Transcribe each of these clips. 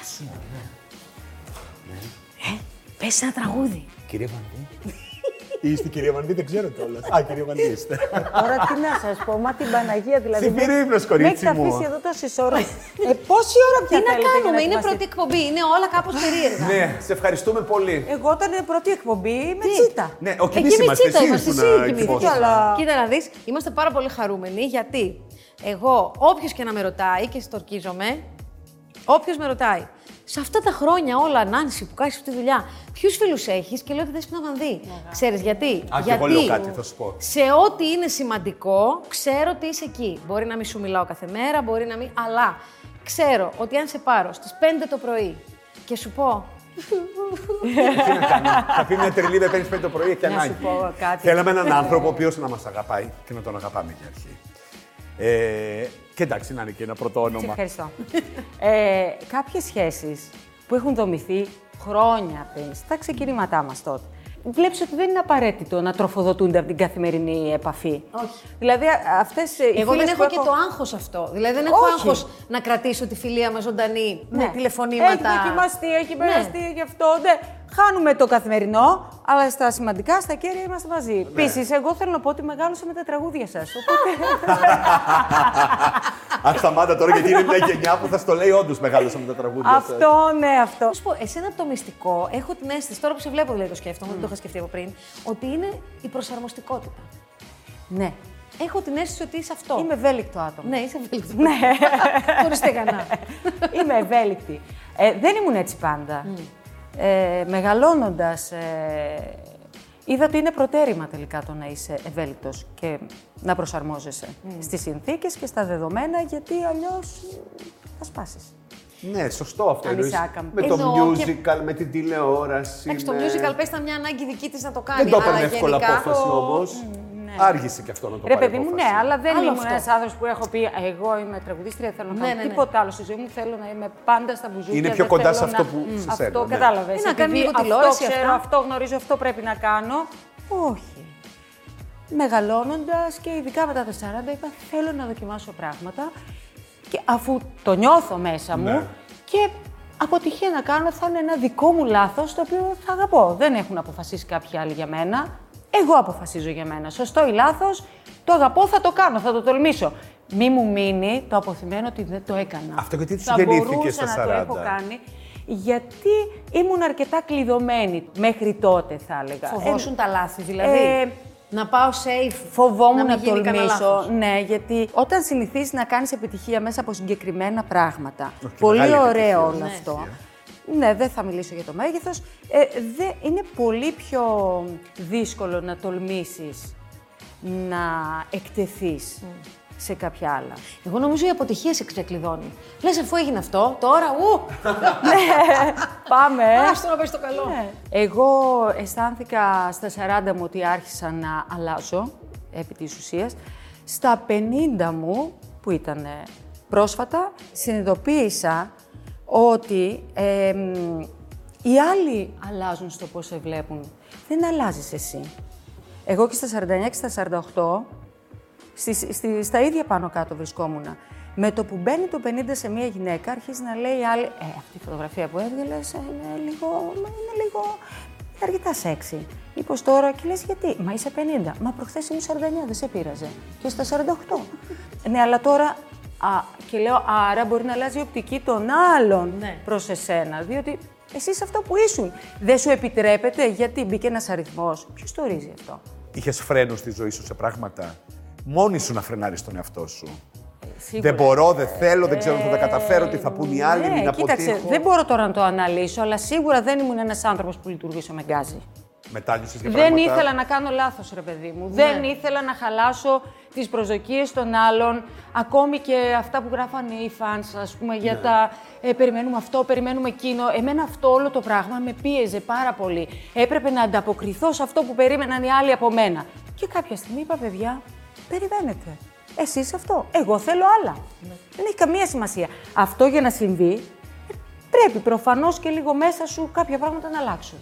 Εσύ. Ε, πες ένα τραγούδι. Κυρία Βανδί. Είστε κυρία Βανδί, δεν ξέρω κιόλας. Α, κυρία Βανδί είστε. Τώρα τι να σας πω, μα την Παναγία δηλαδή. Τι με- πήρε ύπνος, με κορίτσι έχετε μου. αφήσει εδώ τόση ώρα. ε, πόση ώρα πια Τι να θέλετε για κάνουμε, είναι ετοιμαστεί? πρώτη εκπομπή, είναι όλα κάπως περίεργα. Ναι, σε ευχαριστούμε πολύ. Εγώ όταν είναι πρώτη εκπομπή με τσίτα. Ναι, ο Εκεί Κιμής είμαστε, τσίτα εσύ είμαστε, ήσουν εσύ α, κοιμήθηκες. εκφός. Αλλά- Κοίτα να δεις, είμαστε πάρα πολύ χαρούμενοι γιατί εγώ, όποιος και να με ρωτάει και στορκίζομαι, όποιος με ρωτάει, σε αυτά τα χρόνια όλα, Νάνση, που κάνεις αυτή τη δουλειά, ποιους φίλους έχεις και λέω Δέσποινα Βανδύ. Ξέρεις γιατί. Α, και γιατί εγώ λέω κάτι, θα σου πω. σε ό,τι είναι σημαντικό, ξέρω ότι είσαι εκεί. Μπορεί να μην σου μιλάω κάθε μέρα, μπορεί να μην. Αλλά ξέρω ότι αν σε πάρω στις 5 το πρωί και σου πω Τι να κάνω. Θα πει μια τριλίδα παίρνεις πέντε το πρωί και Να ανάγκη. σου πω κάτι. Θέλαμε έναν άνθρωπο ο οποίος να μας αγαπάει και να τον αγαπάμε για αρχή. Ε, και εντάξει, να είναι και ένα πρώτο Σε όνομα. ευχαριστώ. ε, Κάποιες σχέσεις που έχουν δομηθεί χρόνια πριν, στα ξεκινήματά μας τότε. Βλέπεις ότι δεν είναι απαραίτητο να τροφοδοτούνται από την καθημερινή επαφή. Όχι. Δηλαδή αυτέ οι Εγώ δεν φίλες που έχω και το άγχος αυτό. Δηλαδή δεν έχω Όχι. άγχος να κρατήσω τη φιλία μα ζωντανή με Ναι. Έχει τηλεφωνήματα. δοκιμαστεί, έχει Ναι. περαστεί, γι' αυτό. Ναι. Χάνουμε το καθημερινό, αλλά στα σημαντικά, στα κέρια είμαστε μαζί. Ναι. Επίσης, εγώ θέλω να πω ότι μεγάλωσα με τα τραγούδια σας. Αν σταμάτα τώρα, γιατί είναι μια γενιά που θα στο λέει όντως μεγάλωσα με τα τραγούδια. σας. αυτό, ναι, αυτό. Να σου πω, εσένα από το μυστικό, έχω την αίσθηση, τώρα που σε βλέπω δηλαδή το σκέφτομαι, δεν το είχα σκεφτεί από πριν, ότι είναι η προσαρμοστικότητα. Ναι. Έχω την αίσθηση ότι είσαι αυτό. Είμαι ευέλικτο άτομο. Ναι, είσαι ευέλικτη. Ναι. Χωρίς στεγανά. Είμαι ευέλικτη. Ε, δεν ήμουν έτσι πάντα. Ε, μεγαλώνοντας, ε, είδα ότι είναι προτέρημα τελικά το να είσαι ευέλικτος και να προσαρμόζεσαι στις συνθήκες και στα δεδομένα, γιατί αλλιώς ε, θα σπάσεις. Ναι, σωστό αυτό. Αν εννοείς. είσαι άκαμπτη. Με το Εννοώ και- musical, με την τηλεόραση. Εντάξει, το με- musical πες ήταν μια ανάγκη δική της να το κάνει. ναι. Δεν το αλλά έπαιρνε εύκολα γενικά απόφαση το- όμως. Άργησε και αυτό να το ναι. Ρε πάρει. παιδί μου, ναι, απόφαση. αλλά δεν Άλλο ήμουν αυτό. ένας άνθρωπος που έχω πει Εγώ είμαι τραγουδίστρια, θέλω να Ναι, κάνω ναι, ναι. τίποτα άλλο στη ζωή μου. Θέλω να είμαι πάντα στα μπουζούκια. Είναι πιο δεν κοντά θέλω σε αυτό να- που Μμ. σε σένα, Αυτό ναι. κατάλαβες. Ή Ε, να κάνει λίγο τηλεόραση, Αυτό ξέρω, αυτά. αυτό γνωρίζω, αυτό πρέπει να κάνω. Όχι. Μεγαλώνοντας και ειδικά μετά τα 40, είπα θέλω να δοκιμάσω πράγματα. Και αφού το νιώθω μέσα μου Ναι. και αποτυχία να κάνω, θα είναι ένα δικό μου λάθος το οποίο θα αγαπώ. Δεν έχουν αποφασίσει κάποιοι άλλοι για μένα. Εγώ αποφασίζω για μένα. Σωστό ή λάθος, το αγαπώ, θα το κάνω, θα το τολμήσω. Μη μου μείνει το αποθυμένο ότι δεν το έκανα. Αυτό γιατί Θα γεννήθηκε στα μπορούσα να το 40. έχω κάνει, γιατί ήμουν αρκετά κλειδωμένη μέχρι τότε, θα έλεγα. Φοβόσουν Ε, τα λάθη, δηλαδή. ε, να πάω safe. Φοβόμουν να, μην γίνει κανένα τολμήσω. λάθος. Ναι, γιατί όταν συνηθίζει να κάνεις επιτυχία μέσα από συγκεκριμένα πράγματα. Όχι, πολύ μεγάλη επιτυχία. ωραίο όλο Ναι. αυτό. Ναι, δεν θα μιλήσω για το μέγεθος. Ε, δε- είναι πολύ πιο δύσκολο να τολμήσεις να εκτεθείς σε κάποια άλλα. Εγώ νομίζω η αποτυχία σε ξεκλειδώνει. Λες αφού έγινε αυτό, τώρα ου! Πάμε! ε. Άστο να πας το καλό. Ναι. Εγώ αισθάνθηκα στα 40 μου ότι άρχισα να αλλάζω, επί της ουσίας. Στα 50 μου, που ήταν ε, πρόσφατα, συνειδητοποίησα ότι εμ, οι άλλοι αλλάζουν στο πώς σε βλέπουν. Δεν αλλάζεις εσύ. Εγώ και στα 49 και στα 48 Στη, στη, στα ίδια πάνω κάτω βρισκόμουν. Με το που μπαίνει το 50 σε μια γυναίκα, αρχίζει να λέει η άλλη. Ε, αυτή η φωτογραφία που έβγαλες είναι λίγο. μα είναι λίγο. αρκετά σεξι. Μήπω τώρα και λες γιατί. Μα είσαι 50. Μα προχθές ήμουν 49, δεν σε πείραζε. Και στα 48. ναι, αλλά τώρα. Α, και λέω, άρα μπορεί να αλλάζει η οπτική των άλλων Ναι. προς εσένα. Διότι εσύ είσαι αυτό που ήσουν. Δεν σου επιτρέπεται γιατί μπήκε ένας αριθμός. Ποιος το ορίζει αυτό. Είχες φρένος στη ζωή σου σε πράγματα. Μόνη σου να φρενάρεις τον εαυτό σου. Σίγουρα. Ε, Δεν μπορώ, δεν θέλω, δεν ξέρω αν θα τα καταφέρω, τι θα πούν οι άλλοι, Ναι, μην κοίταξε, αποτύχω. δεν μπορώ τώρα να το αναλύσω, αλλά σίγουρα δεν ήμουν ένας άνθρωπος που λειτουργήσε με γκάζι. Μετάνιωσες για Δεν πράγματα. ήθελα να κάνω λάθος, ρε παιδί μου. Δεν ήθελα να χαλάσω τις προσδοκίες των άλλων. Ακόμη και αυτά που γράφανε οι fans, ας πούμε, για τα ε, περιμένουμε αυτό, περιμένουμε εκείνο. Εμένα αυτό όλο το πράγμα με πίεζε πάρα πολύ. Έπρεπε να ανταποκριθώ σε αυτό που περίμεναν οι άλλοι από μένα. Και κάποια στιγμή είπα, παιδιά, περιμένετε. Εσείς αυτό. Εγώ θέλω άλλα. Δεν έχει καμία σημασία. Αυτό για να συμβεί, ε, πρέπει προφανώς και λίγο μέσα σου κάποια πράγματα να αλλάξουν.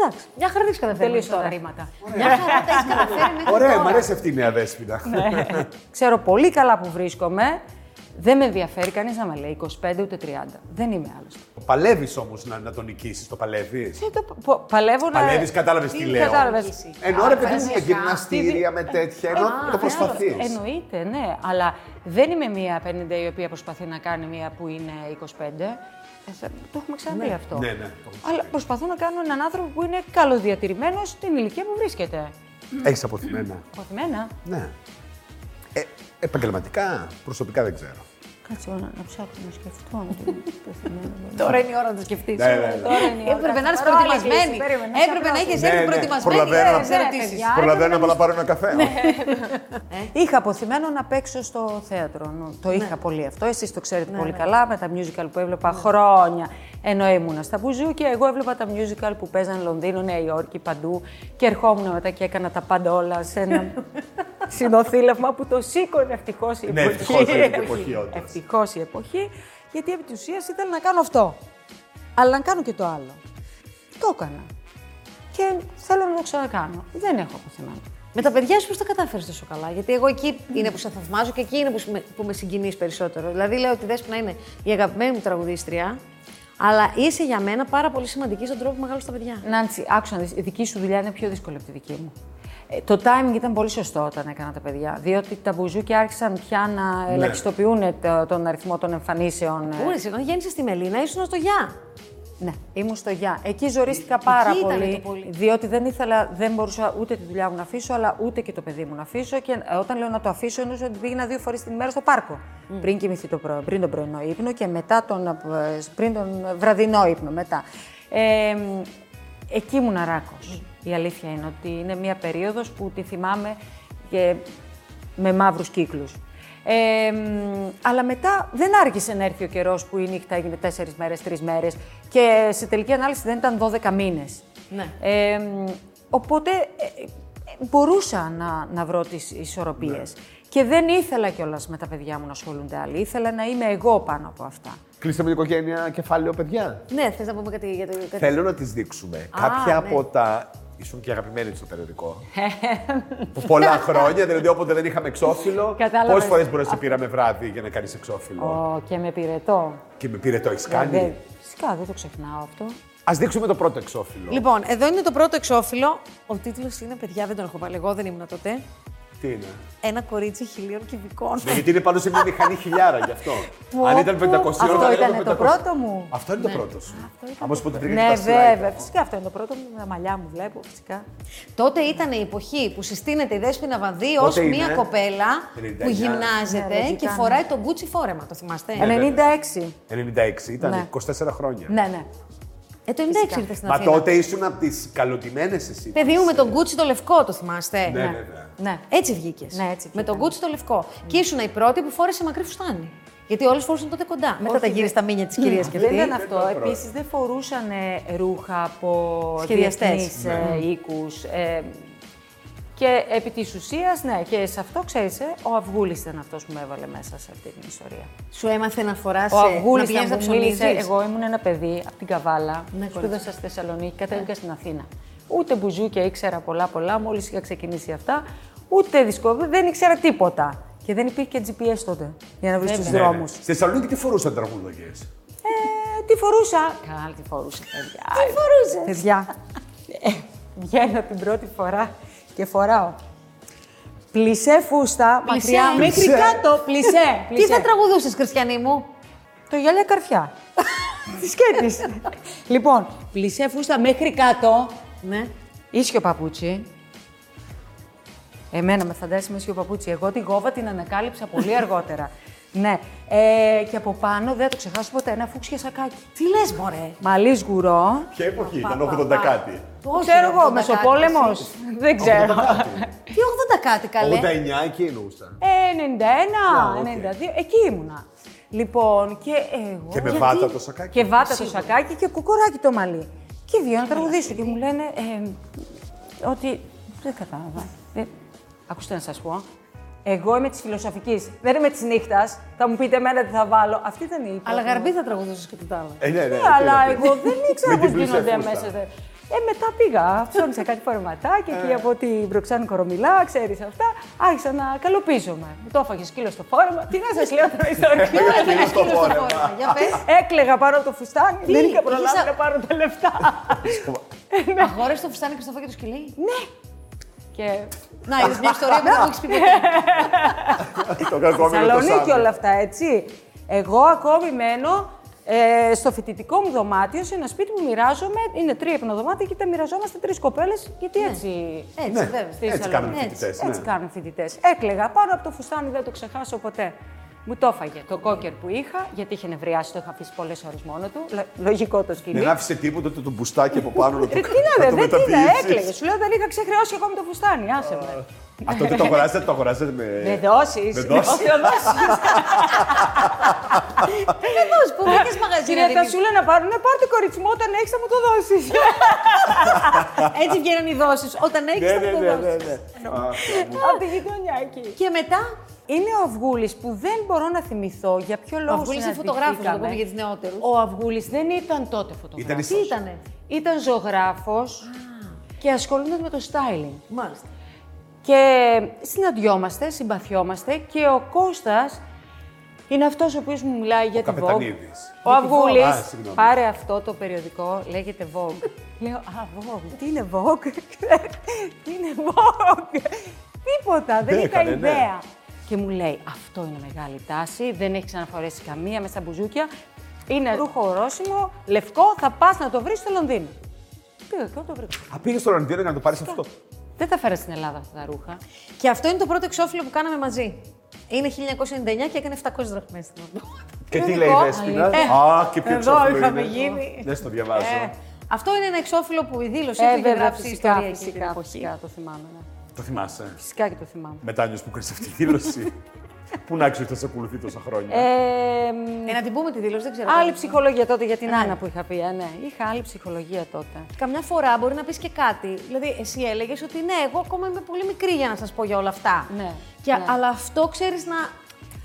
Εντάξει. Μια χαρά δεν έχεις καταφέρει. Τελείωσε μέχρι τα τώρα. ρήματα. Μια χαρά τα έχεις καταφέρει. μέχρι Ωραία, τώρα. μου αρέσει αυτή η νέα δέσποινα. Ναι. Ξέρω πολύ καλά που βρίσκομαι. Δεν με ενδιαφέρει κανείς να με λέει 25 ούτε 30. Δεν είμαι άλλωστε. παλεύεις όμως να, να τον νικήσεις. Το παλεύεις. Τι το πα- πα- Παλεύω να. Παλεύεις, κατάλαβες τι λέω. Ε, Κατάλαβες. Ε, Ενώ ρε παιδί μου φυσικά. με γυμναστήρια, με Ε, τέτοια, ενώ το προσπαθείς. Εννοείται, ναι. Αλλά δεν είμαι μία 50 η οποία προσπαθεί να κάνει μία που είναι 25. Ε, θα- Το έχουμε ξαναδεί αυτό. Ναι, ναι. Αλλά προσπαθώ να κάνω έναν άνθρωπο που είναι καλοδιατηρημένος στην ηλικία που βρίσκεται. Έχεις αποθυμένα. Αποθυμένα. Ναι. Ε, επαγγελματικά, προσωπικά δεν ξέρω. Κάτσε να, να ψάξω να σκεφτώ. Τώρα είναι η ώρα να το σκεφτείς. Ναι, ναι, ναι. Έπρεπε να είσαι Παρόλη προετοιμασμένη. κρίση, περίμενε, Έπρεπε να σε έχεις Ναι, έρθει ναι, προετοιμασμένη ε, προλαβαίνω για να- τις Ναι, ερωτήσει. παιδιά. Ναι. Άρα Προλαβαίνω να πάω να πάρω ένα καφέ. Είχα αποθυμένο να παίξω στο θέατρο. Νο- Το είχα πολύ αυτό. Εσείς το ξέρετε πολύ καλά με τα musical που έβλεπα χρόνια. Ενώ ήμουνα στα μπουζούκια, εγώ έβλεπα τα musical που παίζαν Λονδίνο, Νέα Υόρκη, παντού. Και ερχόμουν μετά και έκανα τα πάντα όλα σε ένα συνοθήλευμα που το σήκωνε ευτυχώς η Ναι, εποχή. ευτυχώς η εποχή, όντως. Ευτυχώς η εποχή, γιατί επί της ουσίας ήθελα να κάνω αυτό. Αλλά να κάνω και το άλλο. Το έκανα. Και θέλω να το ξανακάνω. Δεν έχω αποθυμένο. Με τα παιδιά σου πώς τα κατάφερες τόσο καλά. Γιατί εγώ εκεί είναι που σε θαυμάζω και εκεί είναι που, σου- με- που με συγκινείς περισσότερο. Δηλαδή λέω ότι δέσποινα είναι η αγαπημένη μου τραγουδίστρια, αλλά είσαι για μένα πάρα πολύ σημαντική στον τρόπο που μεγάλωσε τα παιδιά. Νάντσι, άκουσα να δεις, η δική σου δουλειά είναι πιο δύσκολη από τη δική μου. Ε, το timing ήταν πολύ σωστό όταν έκανα τα παιδιά, διότι τα μπουζούκια άρχισαν πια να ελαχιστοποιούν ε, το- τον αριθμό των εμφανίσεων. ε. Ναι. Πού είσαι, όταν γέννησε στη Μελίνα, ήσουν στο Γεια. Ναι, ήμουν στο Γεια. Εκεί ζορίστηκα πάρα ήτανε πολύ, το πολύ. διότι δεν ήθελα, δεν μπορούσα ούτε τη δουλειά μου να αφήσω, αλλά ούτε και το παιδί μου να αφήσω. Και ε, όταν λέω να το αφήσω, εννοούσα ότι πήγαινα δύο φορές την ημέρα στο πάρκο. Πριν κοιμηθεί το πρωί, πριν τον πρωινό ύπνο και μετά τον, ε, πριν τον βραδινό ύπνο. Μετά. Ε, εκεί ήμουν αράκος. Η αλήθεια είναι ότι είναι μια περίοδος που τη θυμάμαι και με μαύρους κύκλους. Ε, μ, αλλά μετά δεν άρχισε να έρθει ο καιρός που η νύχτα έγινε 4 μέρε, 3 μέρες και σε τελική ανάλυση δεν ήταν 12 μήνες. Ναι. Ε, μ, οπότε ε, ε, μπορούσα να, να βρω τις ισορροπίες. Ναι. Και δεν ήθελα κιόλας με τα παιδιά μου να ασχολούνται άλλοι. Ήθελα να είμαι εγώ πάνω από αυτά. Κλείστε με την οικογένεια κεφάλαιο, παιδιά. Ναι, θες να πούμε κάτι για το. Κάτι... Θέλω να τις δείξουμε κάποια ναι. από τα. Ήσουν και αγαπημένοι στο περιοδικό. Ε. Που πολλά χρόνια, δηλαδή όποτε δεν είχαμε εξώφυλλο. Κατάλαβες. Πόσες φορές μπορείς να σε πήραμε βράδυ για να κάνεις εξώφυλλο. Ω, Ε, ναι. και με Δηλαδή, πυρετό. Και με πήρε το έχει Δεν- κάνει. Φυσικά δεν το ξεχνάω αυτό. Ας δείξουμε το πρώτο εξώφυλλο. Λοιπόν, εδώ είναι το πρώτο εξώφυλλο. Ο τίτλος είναι Παιδιά, δεν τον έχω βάλει. Εγώ δεν ήμουν τότε. Τι είναι. Ένα κορίτσι χιλίων κυβικών. Ναι, γιατί είναι πάνω σε μια μηχανή χιλιάρα γι' αυτό. Αν ήταν 500 Αυτό θα λέγαμε ήταν το 500. πρώτο μου. Αυτό είναι το πρώτο σου. Άμα σου πω την Ναι, βέβαια. Φυσικά αυτό είναι το πρώτο μου. Με τα μαλλιά μου βλέπω, φυσικά. Ναι, Τότε ήταν η εποχή που συστήνεται η Δέσποινα Βανδύ ω Πότε μία είναι? κοπέλα 39. που γυμνάζεται Ναι, και λογικά, φοράει τον Gucci φόρεμα. Το θυμάστε. Ναι. 96. 96 ήταν, Ναι. 24 χρόνια. Ναι, ναι. Ε, το 96 ήρθε στην Μα Αθήνα. τότε ήσουν από τι καλοτημένε εσύ. Παιδί μου με τον Gucci το λευκό, το θυμάστε. Ναι, βέβαια. ναι. Έτσι βγήκες. Ναι, έτσι με τον βγήκαμε. Gucci το λευκό. Και ήσουν η πρώτη που φόρεσε μακρύ φουστάνι. Γιατί όλες φορούσαν τότε κοντά. ναι. Μετά τα δεν- γύρι στα μήνια της κυρίας και Δεν αυτή. ήταν αυτό. Επίσης δεν φορούσαν ε, ρούχα από Σχεδιαστές. διεθνείς ε, οίκους. Ε, και επί της ουσίας, ναι, και σε αυτό ξέρεις, ο Αυγούλης ήταν αυτός που με έβαλε μέσα σε αυτή την ιστορία. Σου έμαθε να φοράς. Ο Αυγούλη να ήταν τα που μίλησε. ψωνίζεις. Εγώ ήμουν ένα παιδί από την Καβάλα. Ναι, σπούδασα στη Θεσσαλονίκη, κατέβηκα στην Αθήνα. Ούτε μπουζούκια ήξερα πολλά πολλά, μόλις είχα ξεκινήσει αυτά. Ούτε δισκόβι, δεν ήξερα τίποτα. Και δεν υπήρχε και GPS τότε για να βρεις τους Ναι, ναι. δρόμους. Στη Θεσσαλονίκη τι φορούσαν τραγουδογέ. Ε, τη φορούσα. Καλά, τη φορούσα, παιδιά. Τι φορούσες. Παιδιά. Ε, Βγαίνω την πρώτη φορά και φοράω. Πλισέ φούστα, Πλισέ. μακριά, μέχρι Πλισέ. κάτω. Πλισέ. Τι θα πλισέ. τραγουδούσες, Χριστιανή μου. Το γυαλιά καρφιά. Τη σκέτης. λοιπόν, πλισέ φούστα μέχρι κάτω. Ναι. Ίσιο παπούτσι. Εμένα με φαντάζει με ίσιο παπούτσι. Εγώ τη γόβα την ανακάλυψα πολύ αργότερα. ναι. Ε, και από πάνω δεν θα το ξεχάσω ποτέ. Ένα φούξια σακάκι. Τι λες, Μωρέ. Μαλλί σγουρό. Ποια εποχή ήταν, 80 κάτι. Όχι, ξέρω εγώ, 80 Μεσοπόλεμο. κάτι, Δεν ξέρω. Τι 80 κάτι καλέ. 89 εκεί εννοούσα. Ε, 91, οκ. 92, εκεί ήμουνα. Λοιπόν, και εγώ. Και με γιατί- βάτα το σακάκι. Και βάτα το σακάκι και κουκουράκι το μαλλί. Και βγαίνω να τραγουδήσω και μου λένε ε, ότι. Δεν κατάλαβα. Δεν... Ακούστε να σας πω. Εγώ είμαι της φιλοσοφικής. Δεν είμαι της νύχτας. Θα μου πείτε εμένα τι θα βάλω. Αυτή ήταν η. πρώτη Αλλά μου. γαρμπή θα τραγουδούσες και τίποτα άλλο. Ε, ναι, ναι, Ναι, τι να αλλά πει. εγώ δεν ήξερα Με πώ την πλούσια γίνονται φούστα. μέσα. σε- Ε, μετά πήγα, ψώνισα κάτι φορεματάκι Ε. εκεί από την Προξάνη Κορομιλά, ξέρεις αυτά. Άρχισα να καλοπίζομαι. Μου το έφαγε σκύλο στο φόρεμα. Τι να σας λέω τώρα, Ε, ιστορία. Ένα στο σκύλο φόρεμα. Για πες. Έκλεγα πάνω από το φουστάνι, δεν είχα προλάβει είχες να α- πάρω τα λεφτά. Ε, ναι. Ε, Αγόρασε το φουστάνι Χριστόφα και το σκυλί. ναι. Και Να, είδες μια ιστορία που δεν μου έχεις πει ποτέ. Το κακόμενο το Θεσσαλονίκη Σάββατο. όλα αυτά, έτσι. Εγώ ακόμη μένω ε, στο φοιτητικό μου δωμάτιο, σε ένα σπίτι που μοιράζομαι. Είναι τρία δωμάτια και τα μοιραζόμαστε τρεις κοπέλες, γιατί έτσι. Έτσι, βέβαια. Στη έτσι κάνουν οι Έτσι. φοιτητές. Έτσι κάνουν φοιτητές. Έκλεγα πάνω από το φουστάνι, δεν το ξεχάσω ποτέ. Μου το έφαγε το κόκερ που είχα, γιατί είχε νευριάσει, το είχα αφήσει πολλές ώρες μόνο του. Λο- Λογικό το σκυλί. Δεν άφησε τίποτα το, το μπουστάκι από πάνω να το, Ρε, Ε, τι να να δε, το δεν τι να μεταποιήσεις. έκλαιγες. Σου λέω δεν είχα ξεχρεώσει ακόμη το φουστάνι, άσε με. Α, τότε το αγοράσετε, το αγοράσετε με... Με δώσει. με δώσεις. Πώς, πού βρήκες μαγαζί να Κυρία δίνεις. Τασούλα να πάρουν, πάρ' το κορίτσι μου όταν έχεις θα μου το δώσεις. Έτσι βγαίνουν οι δόσεις. Όταν έχεις Ναι, θα μου ναι, το ναι, ναι, δώσεις. ναι. Από τη γειτονιά εκεί. Και μετά, Είναι ο Αυγούλης που δεν μπορώ να θυμηθώ για ποιο λόγο Αυγούλης είναι φωτογράφος, να το συναντηθήκαμε. πούμε για τις νεότερους. Ο Αυγούλης δεν ήταν τότε φωτογράφος. Ήταν τι ήτανε. Ήταν ζωγράφος και ασχολούνταν με το styling. Μάλιστα. Και συναντιόμαστε, συμπαθιόμαστε και ο Κώστας είναι αυτός ο οποίος μου μιλάει για την Vogue. Καπετανίδης. Ο Αυγούλης, Α, συγγνώμη. πάρε αυτό το περιοδικό, λέγεται Vogue. Λέω, α, Vogue, τι είναι Vogue, τι είναι Vogue. Τίποτα, δεν είχα έκανε, ναι. ιδέα. Και μου λέει, αυτό είναι μεγάλη τάση, δεν έχει ξαναφορέσει καμία μέσα στα μπουζούκια. Είναι ρούχο ορόσημο, λευκό, θα πας να το βρεις στο Λονδίνο. Πήγα και το βρήκα. Α, πήγες στο Λονδίνο για να το πάρεις αυτό. Δεν τα φέρα στην Ελλάδα αυτά τα ρούχα. Και αυτό είναι το πρώτο εξώφυλλο που κάναμε μαζί. Είναι 1999 και έκανε 700 δραχμές. Και τι Περιοδικό, λέει η Δέσποινα. Ε. αλήθεια. Α, και ποιο Εδώ εξώφυλλο είχαμε είναι. γίνει. Δεν στο διαβάζω. Αυτό είναι ένα εξώφυλλο που η δήλωση Ε, του είχε βέβαια, γράψει η φυσικά, ιστορία εκείνη την φυσικά, εποχή. φυσικά, το θυμάμαι. ναι. Το θυμάσαι. Φυσικά και το θυμάμαι. Μετάνιος που κάνεις αυτή τη δήλωση. Πού να ξέρεις ότι θα σε ακολουθεί τόσα χρόνια. Ε, μ, Ε, να την πούμε τη δήλωση, δεν ξέρω. Άλλη ψυχολογία τότε για την Άννα που είχα πει. ε, ναι, είχα άλλη ψυχολογία τότε. Καμιά φορά μπορεί να πεις και κάτι. Δηλαδή, εσύ έλεγες ότι ναι, εγώ ακόμα είμαι πολύ μικρή για να σας πω για όλα αυτά. Ναι, Και, ναι. Αλλά αυτό ξέρεις να.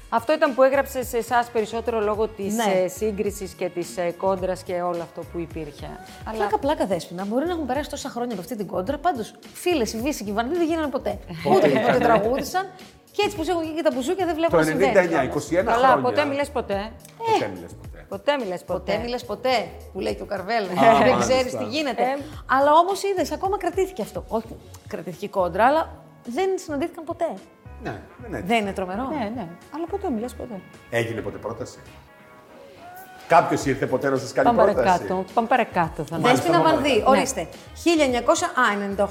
Αυτό ήταν που έγραψε σε εσάς περισσότερο λόγω της Ναι. σύγκρισης και της κόντρας και όλο αυτό που υπήρχε. Αλλά Πλάκα, πλάκα δέσπινα. Μπορεί να έχουν περάσει τόσα χρόνια από αυτή την κόντρα. Πάντως, φίλες, οι Βύση και οι Βανδί δεν γίνανε ποτέ. Ούτε ποτέ τραγούδησαν. Και έτσι που έχουν γίνει και τα μπουζούκια δεν βλέπω Το να 99, 21 συμβαίνει. κιόλας. χρόνια. καλά, ποτέ μιλέ ποτέ. ε. Ποτέ μιλες ποτέ. Ποτέ μιλέ ποτέ. Ποτέ μιλες ποτέ, που λέει και ο Καρβέλ. μάλιστα. Δεν ξέρεις τι γίνεται. Ε. Αλλά όμως είδες, ακόμα κρατήθηκε αυτό. Όχι, κρατήθηκε η κόντρα, αλλά δεν συναντήθηκαν ποτέ. Ναι, ναι, ναι. Δεν είναι τρομερό. Ναι, ναι. Αλλά ποτέ μιλέ ποτέ. Έγινε ποτέ πρόταση. Κάποιος ήρθε ποτέ να σας κάνει Πάμε πρόταση. παρακάτω. Πάμε παρακάτω. Θα Μάλιστα, Δέσποινα μάλιστα. Βανδύ, Ναι. ορίστε.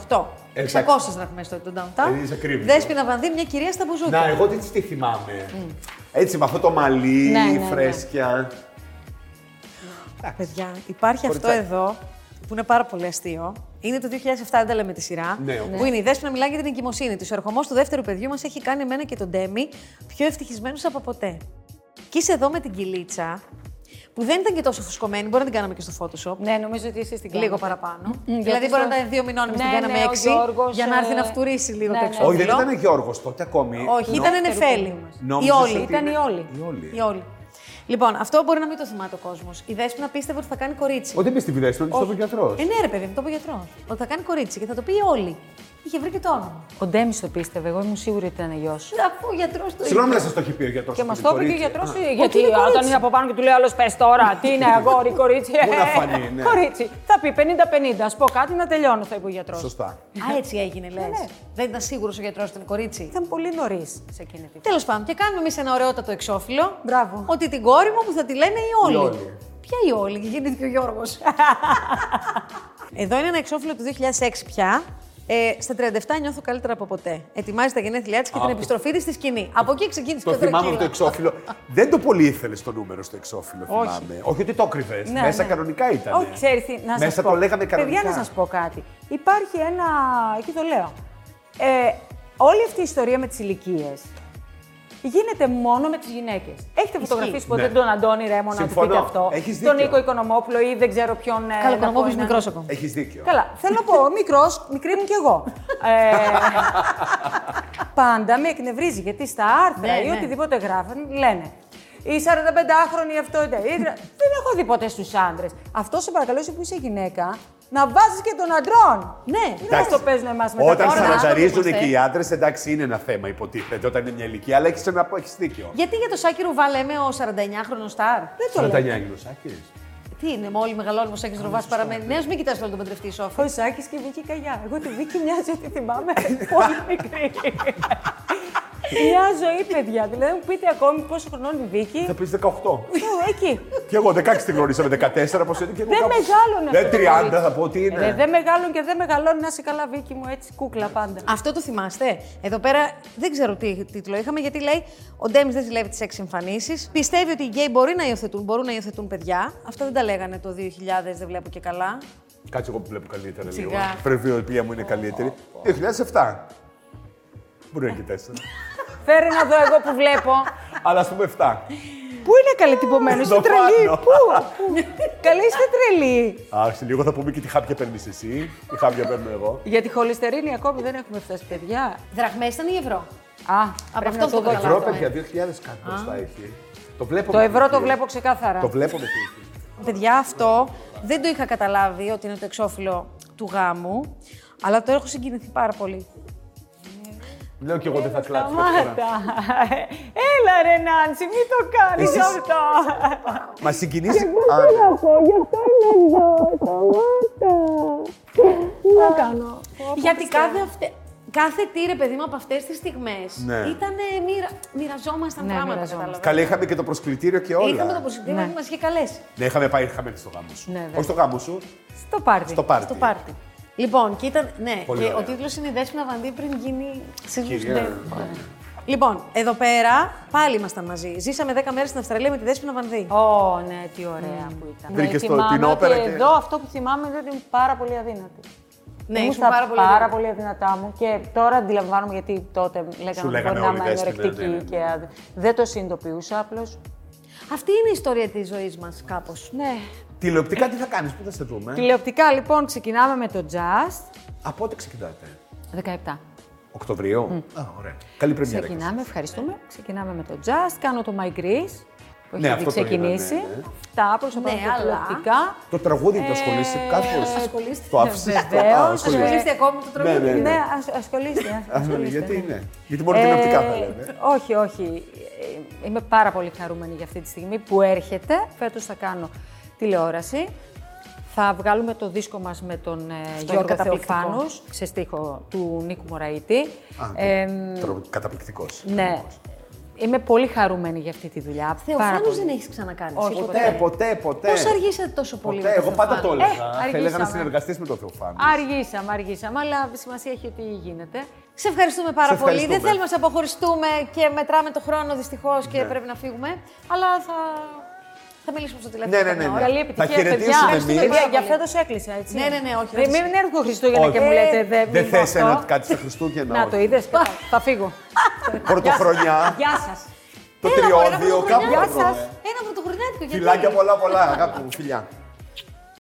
1998. Εντάξει. 600 δραχμές τότε τον downtown. Ε, είσαι κρύβη. Δέσποινα Βανδύ, μια κυρία στα μπουζούκια. Να, εγώ τι τη θυμάμαι. Έτσι, με αυτό το μαλλί, Mm. Ναι, ναι, ναι. φρέσκια. Παιδιά, υπάρχει αυτό Κοριτσάκι. εδώ που είναι πάρα πολύ αστείο. Είναι το 2007, δεν τα λέμε τη σειρά. Ναι, που είναι η Δέσποινα μιλάει για την εγκυμοσύνη της. Ο ερχομός του δεύτερου παιδιού μας έχει κάνει εμένα και τον Ντέμι πιο ευτυχισμένους από ποτέ. Και είσαι εδώ με την κυλίτσα, που δεν ήταν και τόσο φουσκωμένη, μπορεί να την κάναμε και στο Photoshop. Ναι, νομίζω ότι εσεί την κάνατε. Λίγο παραπάνω. γιατί δηλαδή, μπορεί στο- να ήταν δύο μηνών, εμείς Ναι, την κάναμε ναι, ο έξι. Γιώργος, για να έρθει ε, να φτουρήσει λίγο ναι, το ναι. εξώφυλλο. Όχι, δεν ήταν Γιώργος τότε ακόμη. Όχι, Νο- ήταν Νόμιζες νεφέλη. νόμιζες Η όλη. ότι Ήταν είναι- η όλη. Η όλη. Η όλη. Λοιπόν, αυτό μπορεί να μην το θυμάται ο κόσμος. Η Δέσποινα πίστευε ότι θα κάνει κορίτσι. Ότι μπει στην πιδέση, ότι είσαι γιατρός. Ε, ναι, ρε παιδί, μου το είπε ο γιατρός. Ότι θα κάνει κορίτσι και θα το πει όλοι. Είχε βρει και το όνομα. Ο Ντέμι το πίστευε. Εγώ ήμουν σίγουρη ότι ήταν γιος. Αφού ο γιατρός το είπε. Συγγνώμη, δεν σας το έχει πει ο γιατρός. ε, Και μα το είπε και ο γιατρό. Ότι Γιατί είναι όταν κορίτσι. είναι από πάνω και του λέει άλλος πες τώρα, τι είναι αγόρι, κορίτσι. Πού να φανεί, ναι. Κορίτσι. Θα πει 50-50. Ας πω κάτι να τελειώνω, θα είπε ο γιατρός. Σωστά. Α, έτσι έγινε, λες. Δεν ήταν σίγουρος ο γιατρός ότι ήταν κορίτσι. Ήταν πολύ νωρίς σε εκείνη τη Τέλος πάντων, και κάνουμε εμείς ένα ωραιότατο εξώφυλλο. Μπράβο. Ότι την κόρη μου που θα τη λένε η Όλη. Η Όλη. Ποια η Όλη, και γεννήθηκε ο Γιώργος. Εδώ είναι ένα εξώφυλλο του 2006 πια. Ε, στα 37 νιώθω καλύτερα από ποτέ. Ετοιμάζεις τα γενέθλιά της και την επιστροφή της στη σκηνή. Από εκεί ξεκίνησε Το και ο θυμάμαι Δρακύλα. αυτό το εξώφυλλο. δεν το πολύ ήθελες το νούμερο στο εξώφυλλο, θυμάμαι. Όχι ότι το κρυβε. Ναι, Μέσα ναι. κανονικά ήταν. ε. Όχι, ξέρεις τι, να σας Μέσα πω. το λέγαμε κανονικά. Παιδιά, να σας πω κάτι. Υπάρχει ένα. Εκεί το λέω. Ε, όλη αυτή η ιστορία με τις ηλικίες γίνεται μόνο με τις γυναίκες. Έχετε φωτογραφίσει ποτέ Ναι. τον Αντώνη Ρέμο να του Συμφωνώ. πείτε αυτό. Έχεις τον δίκιο. Νίκο Οικονομόπουλο ή δεν ξέρω ποιον. ε, Καλό να πω Οικονομόπουλος ένα. μικρός ακόμα. Έχεις δίκιο. Καλά, θέλω να πω, μικρός, μικρή μου κι εγώ. Ε, πάντα με εκνευρίζει γιατί στα άρθρα Ναι, ή ναι. οτιδήποτε γράφουν λένε. Η 45χρονη αυτό ήταν. Δεν έχω δει ποτέ στους άντρες. Αυτό σε παρακαλώ, εσύ που είσαι γυναίκα, να βάζεις και των αντρών. Ναι. Δεν μας το παίζουν εμά μετά. Όταν τώρα να σαρανταρίζονται ασχολούμαστε. και οι άντρες, εντάξει, είναι ένα θέμα, υποτίθεται. Όταν είναι μια ηλικία, αλλά έχεις ένα έχεις δίκιο. Γιατί για το Σάκη Ρουβά λέμε ο 49χρονο στάρ. Δεν το λέω. 49 γλωσσάκες. Τι είναι, μόλι μεγαλώνουμε ο Σάκης Ρουβάς παραμένει νέος, μην κοιτάς τώρα τον παντρευτή Σόφη. Ο Σάκης και η Βίκη Καγιά. Εγώ τη Βίκη μοιάζει ότι θυμάμαι πολύ μικρή. Μια ζωή, παιδιά. Δηλαδή, μου πείτε ακόμη πόσο χρονών η Βίκη. Θα πεις 18. Ε, Εκεί. Κι εγώ 16 την γνώρισα με 14, πώς είναι και εγώ. Δεν κάπως- μεγάλωνε αυτό το Δεν 30, κορίτσι. θα πω ότι Ε, ρε, είναι. δεν μεγάλων και δεν μεγαλώνει να είσαι καλά, Βίκη μου, έτσι κούκλα πάντα. Αυτό το θυμάστε. Εδώ πέρα δεν ξέρω τι τίτλο είχαμε, γιατί λέει Ο Ντέμις δεν ζηλεύει τις έξι εμφανίσεις. Πιστεύει ότι οι γκέι μπορεί να υιοθετούν, μπορούν να υιοθετούν παιδιά. Αυτά δεν τα λέγανε το 2000, δεν βλέπω και καλά. Κάτσε εγώ που βλέπω καλύτερα λίγο. Σιγά. Πρεβιοπία μου είναι καλύτερη. 2007. Μπορεί να είναι και 4. Φέρε να δω εγώ που βλέπω. Αλλά ας πούμε 7. Πού είναι καλή τυπωμένη, είστε Εδώ τρελή. πάνω. Πού, πού. Καλή είστε τρελή. Άρχισε λίγο, θα πούμε και τι χάπια παίρνεις εσύ, τι χάπια παίρνω εγώ. Για τη χολυστερίνη ακόμη δεν έχουμε φτάσει, παιδιά. Δραχμές ήταν ή ευρώ. Α, Από πρέπει αυτό να το το δω. καταλάβω. Ευρώ, παιδιά, 2000 κάτι μπροστά έχει. Το βλέπω. Το με ευρώ το θύμιο. βλέπω ξεκάθαρα. Το βλέπω με θύμιο. Παιδιά, αυτό δεν το είχα καταλάβει ότι είναι το εξώφυλλο του γάμου, αλλά το έχω συγκινηθεί πάρα πολύ. Λέω κι εγώ δεν θα κλάψω αυτή τη φορά. Σταμάτα. Έλα ρε Νάνση, μην το κάνεις Εσείς- αυτό. Μα συγκινήσει. Γιατί κάθε, αυτε... κάθε τι ρε παιδί μου από αυτές τις στιγμές Ναι. ήταν μοιραζόμασταν Ναι, πράγματα. μοιραζόμασταν. κατάλαβες. Καλά, είχαμε και το προσκλητήριο και όλα. Είχαμε το προσωπικό που μας είχε καλέσει. Ναι, είχαμε πάει χαμένοι στο γάμο σου. Ναι, βέβαια. Όχι στο γάμο σου, Στο πάρτι. στο πάρτι. Στο πάρτι. Λοιπόν, και ήταν. Ναι, Πολύ και ωραία. ο τίτλος είναι Η Δέσπινα Βαντή πριν γίνει σύζυγος Κυρία, του Ντέμι». Ναι. Λοιπόν, εδώ πέρα πάλι ήμασταν μαζί. Ζήσαμε 10 μέρες στην Αυστραλία με τη Δέσπινα Βανδύ. Ω, ναι, τι ωραία που ήταν. Βρήκες Ναι, το- θυμάμαι την όπερα ότι και- Εδώ αυτό που θυμάμαι είναι ότι είμαι πάρα πολύ αδύνατη. Ναι, Ήμουν ήσουν στα πάρα πολύ πάρα αδύνατη. πολύ αδυνατά μου και τώρα αντιλαμβάνομαι γιατί τότε Σου λέγανε ότι λέγανε μπορεί να όλοι, είμαι δες τι ανερεκτική λένε, ναι, ναι. και αδυ- δεν το συνειδητοποιούσα απλώς. Αυτή είναι η ιστορία της ζωής μας, κάπως. Ναι. Τηλεοπτικά τι θα κάνεις, πού θα σε δούμε. Τηλεοπτικά λοιπόν ξεκινάμε με το Just. Από πότε ξεκινάτε. 17. Οκτωβρίου. Α, ωραία. Καλή πρεμιέρα. και Ξεκινάμε, ευχαριστούμε. Ξεκινάμε με το Just. Κάνω το My Greece που Ναι, έχει ήδη αυτό το είδα, ξεκινήσει. ναι, ναι. Τα πρόσωπα Ναι, μου τα αλλά- τηλεοπτικά. Το τραγούδι το ασχολείσαι κάπως. ασχολείστε. Το άφησες. το- Ε, Ναι, Βεβαίως, α, ασχολείσαι. Ασχολείστε ακόμα με το τραγούδι. Ναι, ναι, Ναι, ασ- ασχολείστε. Α, ναι, ασχολείστε, γιατί ναι. είναι. Γιατί μόνο τηλεοπτικά θα λέμε. Ε, Όχι, όχι. Ε, Είμαι πάρα πολύ χαρούμενη για αυτή τη στιγμή που έρχεται. Φέτος θα κάνω τηλεόραση. Θα βγάλουμε το δίσκο μας με τον ε, Γιώργο καταπληκτικό. Θεοφάνους, σε στίχο του Νίκου Μωραήτη. ναι. Εμ, Καταπληκτικός. ναι. Είμαι πολύ χαρούμενη για αυτή τη δουλειά. πάρα Θεοφάνους πολύ. δεν έχεις ξανακάνει. Όχι, Ποτέ, ποτέ, ποτέ. Πώς αργήσατε τόσο πολύ Ε. Ποτέ, με το εγώ πάντα το Θεοφάνη. Ε, έλεγα. Θα έλεγα αργήσαμε. να συνεργαστείς με τον Θεοφάνη. Αργήσαμε, αργήσαμε, αλλά σημασία έχει ότι γίνεται. Σε ευχαριστούμε πάρα Σε πολύ. ευχαριστούμε. Ναι. Δεν θέλουμε να σε αποχωριστούμε και μετράμε το χρόνο δυστυχώς και πρέπει να φύγουμε. Αλλά θα, θα μιλήσουμε στο τηλέφωνο. Ναι, ναι, ναι, καμιά ναι. ώρα. Καλή Θα επιτυχία, χαιρετήσουμε παιδιά. εμείς. Παιδιά, Ευχαριστούμε για πάρα πολύ. φέτος έκλεισα, έτσι. Ναι, ναι, ναι, όχι, Δεν, δεν- μην έρθουν Χριστούγεννα και μου Όχι. λέτε. Δεν Δεν μη θες αυτό. να κάτσει τα Χριστούγεννα. Να το όχι. είδε. Θα φύγω. Πρωτοχρονιά, Γεια σας. το Έλα, μωρέ, ένα τριώδιο, κάπου. πρωτοχρονιάτικο. θα βρούμε. Ένα πρωτοχρονιάτικο. γιατί Φιλάκια όχι. πολλά, πολλά, αγάπη μου, φιλιά.